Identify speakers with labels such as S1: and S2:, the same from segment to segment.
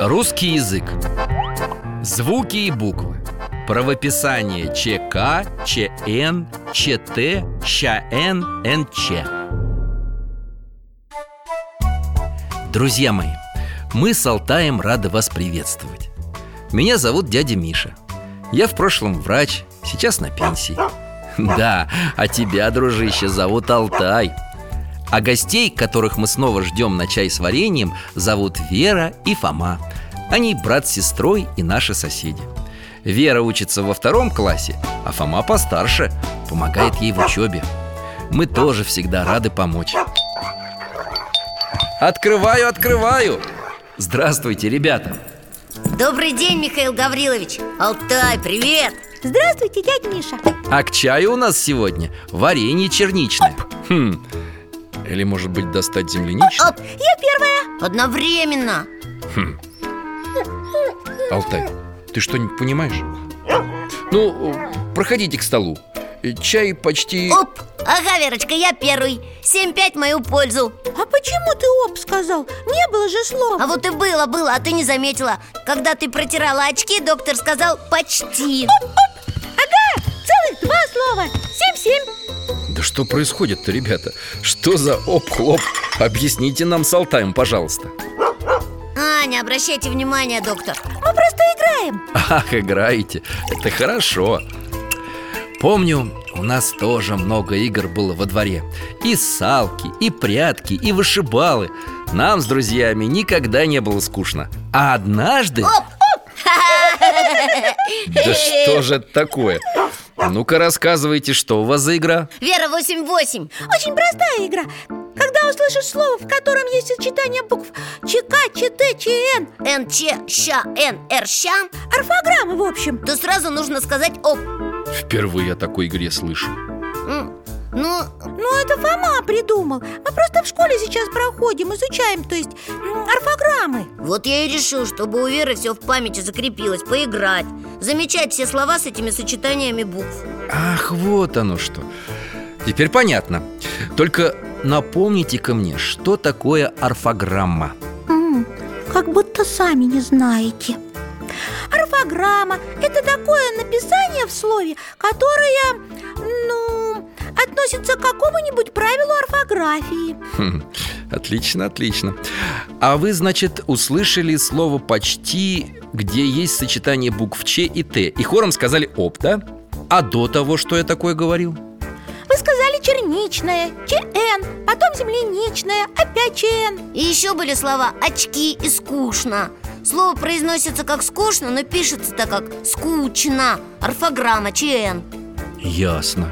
S1: Русский язык Звуки и буквы Правописание ЧК, ЧН, ЧТ, ЩН, НЧ Друзья мои, мы с Алтаем рады вас приветствовать Меня зовут дядя Миша Я в прошлом врач, сейчас на пенсии Да, а тебя, дружище, зовут Алтай а гостей, которых мы снова ждем на чай с вареньем, зовут Вера и Фома. Они брат с сестрой и наши соседи. Вера учится во втором классе, а Фома постарше, помогает ей в учебе. Мы тоже всегда рады помочь. Открываю, открываю! Здравствуйте, ребята!
S2: Добрый день, Михаил Гаврилович Алтай, привет!
S3: Здравствуйте, дядя Миша
S1: А к чаю у нас сегодня варенье черничное. Хм, или, может быть, достать земляничный?
S2: Оп,
S3: Я первая
S2: одновременно
S1: Хм. Алтай, ты что-нибудь понимаешь? Ну, э, проходите к столу Э, Чай почти...
S2: Оп, ага, Верочка, я первый 7-5 в мою пользу
S3: А почему ты оп сказал? Не было же слов
S2: А вот и было, было, а ты не заметила Когда ты протирала очки, доктор сказал «почти»
S3: Ага, целых два слова Семь-семь
S1: Да что происходит-то, ребята? Что за оп-хлоп? Объясните нам с Алтаем, пожалуйста
S2: А, не обращайте внимания, доктор
S3: Мы просто играем
S1: Ах, играете, это хорошо Помню, у нас тоже много игр было во дворе И салки, и прятки, и вышибалы Нам с друзьями никогда не было скучно А однажды... Да что же это такое? Ну-ка рассказывайте, что у вас за игра?
S2: Вера 88
S3: Очень простая игра Когда услышишь слово, в котором есть сочетание букв ЧК, ЧТ, ЧН
S2: НЧ, ща, Н, Р, ща
S3: Орфограммы, в общем
S2: То сразу нужно сказать «оп»
S1: Впервые о такой игре слышу
S2: М, Ну,
S3: Ну, это Фома придумал Мы просто в школе сейчас проходим, изучаем, то есть м, орфограммы
S2: вот я и решил, чтобы у Веры все в памяти закрепилось Поиграть, замечать все слова с этими сочетаниями букв
S1: Ах, вот оно что Теперь понятно Только напомните-ка мне, что такое орфограмма?
S3: М, Как будто сами не знаете Орфограмма – это такое написание в слове, которое, ну, относится к какому-нибудь правилу орфографии
S1: Хм, отлично, отлично А вы, значит, услышали слово «почти», где есть сочетание букв «ч» и «т» И хором сказали «оп», да? А до того, что я такое говорил?
S3: Вы сказали черничное, ЧН, потом земляничное, опять ЧН
S2: И еще были слова «очки» и «скучно» Слово произносится как «скучно», но пишется так как «скучно» Орфограмма ЧН
S1: Ясно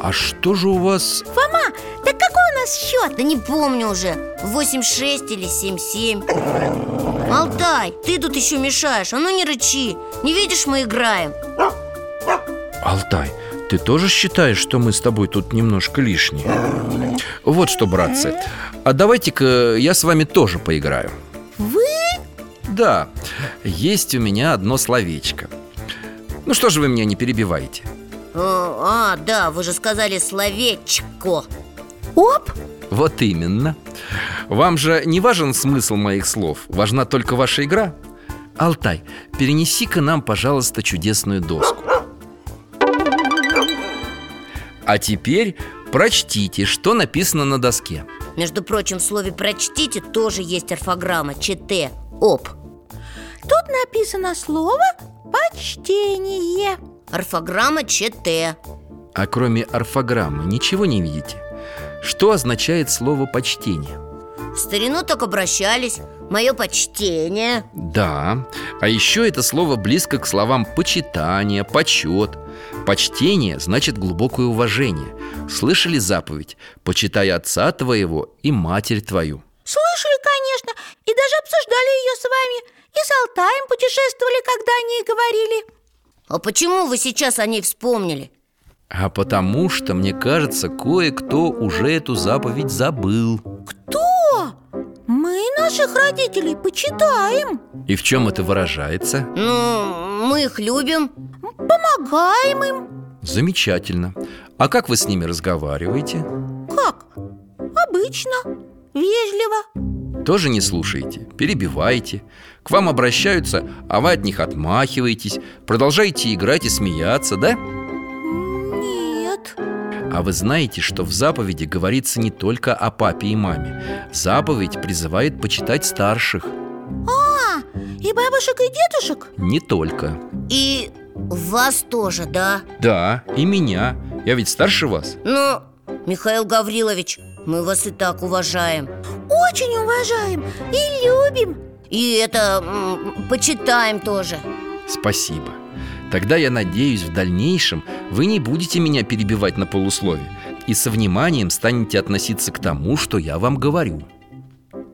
S1: А что же у вас
S3: Фома, так какой у нас счет?
S2: Да не помню уже, 8-6 или 7-7 Алтай, ты тут еще мешаешь, а ну не рычи Не видишь, мы играем
S1: Алтай, ты тоже считаешь, что мы с тобой тут немножко лишние? Вот что, братцы, а давайте-ка я с вами тоже поиграю
S3: Вы?
S1: Да, есть у меня одно словечко Ну что же вы меня не перебиваете?
S2: А, а, да, вы же сказали словечко
S3: Оп,
S1: Вот именно Вам же не важен смысл моих слов, важна только ваша игра Алтай, перенеси-ка нам, пожалуйста, чудесную доску А теперь прочтите, что написано на доске
S2: Между прочим, в слове «прочтите» тоже есть орфограмма ЧТ Оп
S3: тут написано слово «почтение»
S2: Орфограмма ЧТ
S1: А кроме орфограммы ничего не видите? Что означает слово «почтение»?
S2: В старину так обращались Мое почтение
S1: Да, а еще это слово близко к словам «почитание», «почет» Почтение значит глубокое уважение Слышали заповедь «Почитай отца твоего и матерь твою»
S3: Слушай, даже обсуждали ее с вами И с Алтаем путешествовали, когда о ней говорили
S2: А почему вы сейчас о ней вспомнили?
S1: А потому что, мне кажется, кое-кто уже эту заповедь забыл
S3: Кто? Мы наших родителей почитаем
S1: И в чем это выражается?
S2: Ну, мы их любим
S3: Помогаем им
S1: Замечательно А как вы с ними разговариваете?
S3: Как? Обычно Вежливо
S1: Тоже не слушаете, перебиваете К вам обращаются, а вы от них отмахиваетесь Продолжаете играть и смеяться, да?
S3: Нет
S1: А вы знаете, что в заповеди говорится не только о папе и маме Заповедь призывает почитать старших
S3: А, и бабушек, и дедушек?
S1: Не только
S2: И вас тоже, да?
S1: Да, и меня Я ведь старше вас
S2: Но, Михаил Гаврилович, мы вас и так уважаем
S3: Очень уважаем и любим
S2: И это, м, почитаем тоже
S1: Спасибо Тогда я надеюсь, в дальнейшем вы не будете меня перебивать на полуслове И со вниманием станете относиться к тому, что я вам говорю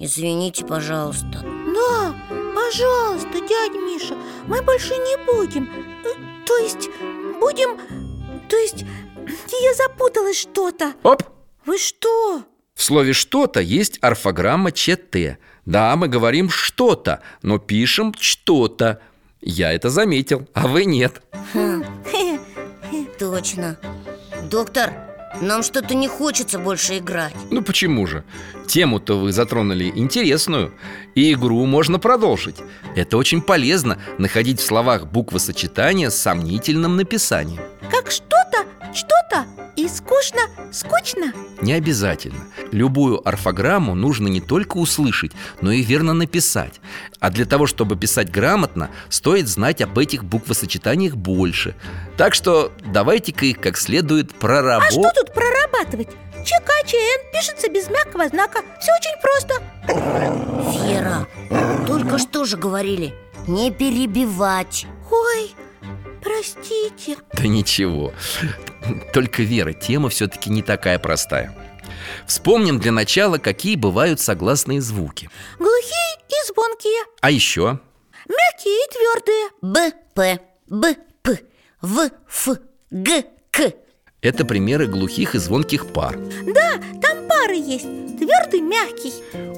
S2: Извините, пожалуйста
S3: Да, пожалуйста, дядя Миша, мы больше не будем Э, То есть, будем... То есть, я запуталась что-то
S1: Оп!
S3: Вы что?
S1: В слове «что-то» есть орфограмма «ЧТ» Да, мы говорим «что-то», но пишем «что-то» Я это заметил, а вы нет
S2: Точно Доктор, нам что-то не хочется больше играть
S1: Ну почему же? Тему-то вы затронули интересную И игру можно продолжить Это очень полезно Находить в словах буквосочетания с сомнительным написанием
S3: Как что-то, что-то и скучно, скучно
S1: Не обязательно. Любую орфограмму нужно не только услышать, но и верно написать. А для того, чтобы писать грамотно, стоит знать об этих буквосочетаниях больше. Так что давайте-ка их как следует
S3: А что
S1: проработать.
S3: тут прорабатывать? ЧК-ЧН пишется без мягкого знака Все очень просто
S2: Вера, только что же говорили Не перебивать
S3: Ой, простите
S1: Да ничего. Только Вера, тема все-таки не такая простая. Вспомним для начала, какие бывают согласные звуки.
S3: Глухие и звонкие,
S1: А еще
S3: мягкие и твердые
S2: Б, П, Б, П, В, Ф, Г, К
S1: это примеры глухих и звонких пар.
S3: Да, там пары есть Твердый, мягкий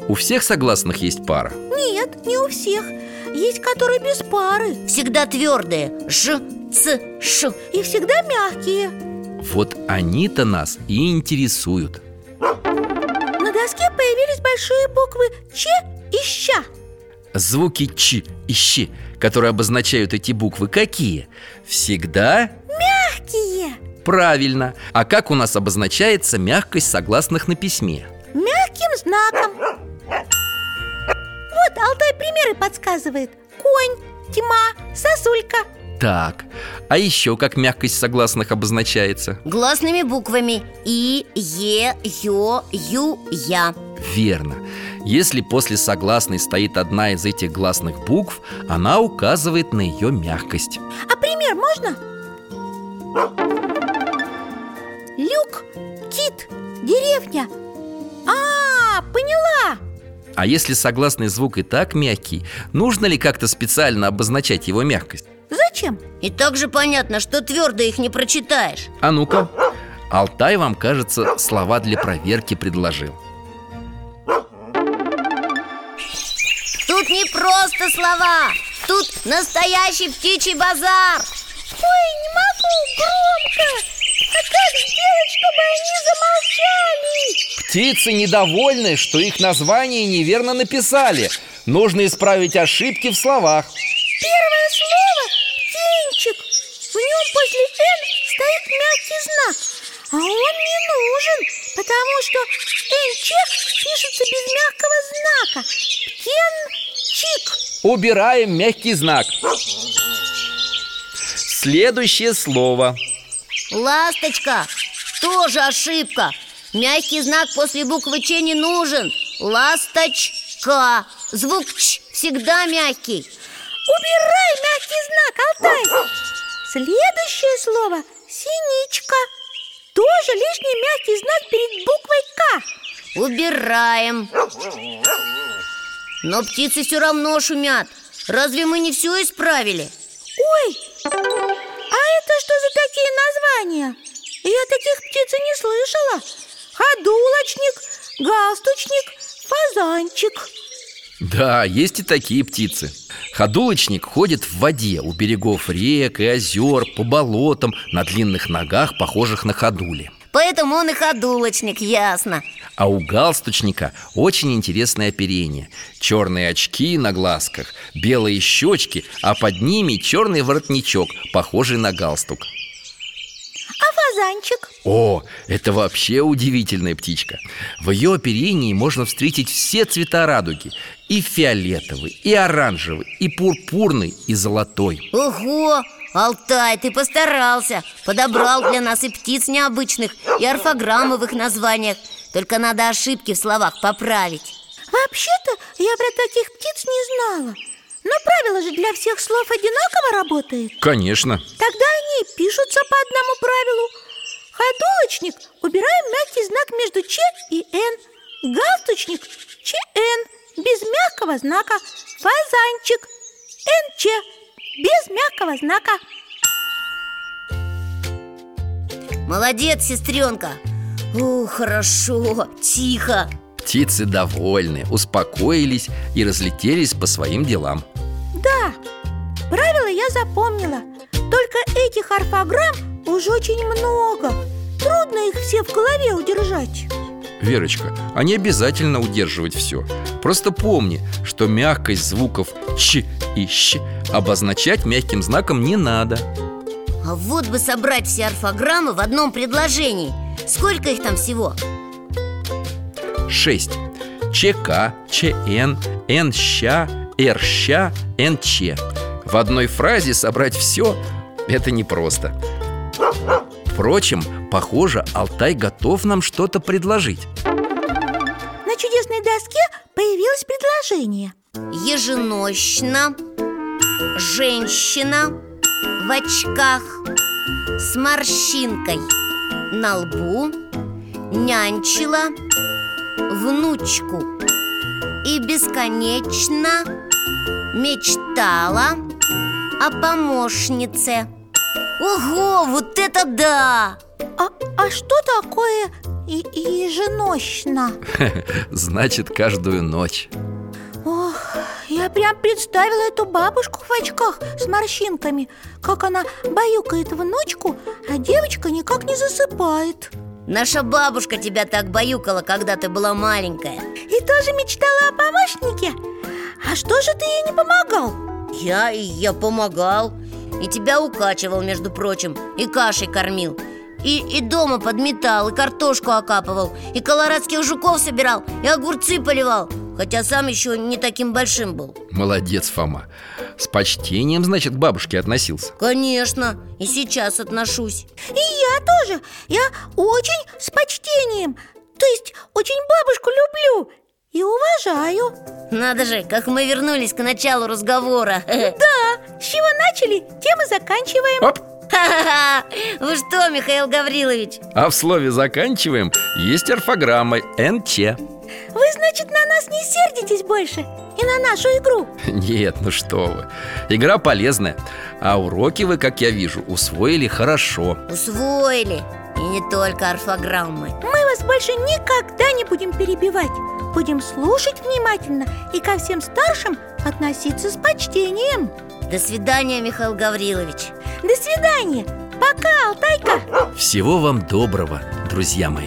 S1: У всех согласных есть пара.
S3: Нет, не у всех Есть которые без пары
S2: Всегда твердые Ж, Ц, Ш
S3: И всегда мягкие
S1: Вот они-то нас и интересуют.
S3: На доске появились большие буквы Ч и Ща
S1: Звуки «ч» и «щ», которые обозначают эти буквы, какие? Всегда
S3: Мягкие
S1: правильно. А как у нас обозначается мягкость согласных на письме?
S3: Мягким знаком Вот Алтай примеры подсказывает Конь, тьма, сосулька
S1: Так, а еще как мягкость согласных обозначается?
S2: Гласными буквами И, Е, Ё, Ю, Я
S1: Верно. Если после согласной стоит одна из этих гласных букв, она указывает на ее мягкость.
S3: А пример можно? Люк, кит, деревня А, поняла
S1: А если согласный звук и так мягкий, нужно ли как-то специально обозначать его мягкость?
S3: Зачем?
S2: И также понятно, что твердо их не прочитаешь
S1: А ну-ка Алтай вам, кажется, слова для проверки предложил
S2: Тут не просто слова Тут настоящий птичий базар
S3: Ой, не могу, громко А как сделать, чтобы они замолчали?
S1: Птицы недовольны, что их название неверно написали Нужно исправить ошибки в словах
S3: Первое слово «птенчик» В нем после «н» стоит мягкий знак А он не нужен, потому что «нч» пишется без мягкого знака «Птенчик»
S1: Убираем мягкий знак Следующее слово
S2: Ласточка Тоже ошибка Мягкий знак после буквы Ч не нужен Ласточка Звук Ч всегда мягкий
S3: Убирай мягкий знак, Алтай Следующее слово «синичка» Тоже лишний мягкий знак перед буквой «К»
S2: Убираем Но птицы все равно шумят Разве мы не все исправили?
S3: Ой, а это что за такие названия? Я таких птиц и не слышала Ходулочник, галстучник, фазанчик
S1: Да, есть и такие птицы Ходулочник ходит в воде у берегов рек и озер, по болотам На длинных ногах, похожих на ходули
S2: Поэтому он и ходулочник, ясно
S1: А у галстучника очень интересное оперение Черные очки на глазках, белые щечки А под ними черный воротничок, похожий на галстук
S3: А фазанчик?
S1: О, это вообще удивительная птичка В ее оперении можно встретить все цвета радуги И фиолетовый, и оранжевый, и пурпурный, и золотой
S2: Ого, Алтай, ты постарался Подобрал для нас и птиц необычных И орфограммы в их названиях Только надо ошибки в словах поправить
S3: Вообще-то я про таких птиц не знала Но правило же для всех слов одинаково работает
S1: Конечно
S3: Тогда они и пишутся по одному правилу Ходулочник убираем мягкий знак между Ч и Н Галстучник ЧН без мягкого знака Фазанчик НЧ без мягкого знака
S2: Молодец, сестренка О, хорошо, тихо
S1: Птицы довольны, успокоились и разлетелись по своим делам
S3: Да, правила я запомнила Только этих орфограмм уже очень много Трудно их все в голове удержать
S1: Верочка, а не обязательно удерживать все Просто помни, что мягкость звуков Ч и Щ обозначать мягким знаком не надо
S2: А вот бы собрать все орфограммы в одном предложении Сколько их там всего?
S1: 6. ЧК, ЧН, НЩ, РЩ, НЧ. В одной фразе собрать все – это непросто. Впрочем, похоже, Алтай готов нам что-то предложить.
S3: На чудесной доске появилось предложение
S2: Еженощно Женщина В очках С морщинкой На лбу Нянчила Внучку И бесконечно Мечтала О помощнице Ого, вот это да!
S3: А, а что такое и- еженощно?
S1: Значит, каждую ночь.
S3: Ох, я прям представила эту бабушку в очках с морщинками Как она баюкает внучку, а девочка никак не засыпает
S2: Наша бабушка тебя так баюкала, когда ты была маленькая
S3: И тоже мечтала о помощнике? А что же ты ей не помогал?
S2: Я, и я помогал И тебя укачивал, между прочим И кашей кормил и, и дома подметал, и картошку окапывал И колорадских жуков собирал, и огурцы поливал Хотя сам еще не таким большим был
S1: Молодец, Фома. С почтением, значит, к бабушке относился.
S2: Конечно, и сейчас отношусь
S3: И я тоже, я очень с почтением То есть очень бабушку люблю и уважаю
S2: Надо же, как мы вернулись к началу разговора
S3: Да, с чего начали, тем и заканчиваем
S1: Оп!
S2: Ха-ха-ха! Вы что, Михаил Гаврилович?
S1: А в слове «заканчиваем» есть орфограмма «НЧ».
S3: Вы, значит, на нас не сердитесь больше И на нашу игру
S1: Нет, ну что вы Игра полезная А уроки вы, как я вижу, усвоили хорошо
S2: Усвоили И не только орфограммы
S3: Мы вас больше никогда не будем перебивать Будем слушать внимательно И ко всем старшим относиться с почтением
S2: До свидания, Михаил Гаврилович
S3: До свидания Пока, Алтайка
S1: Всего вам доброго, друзья мои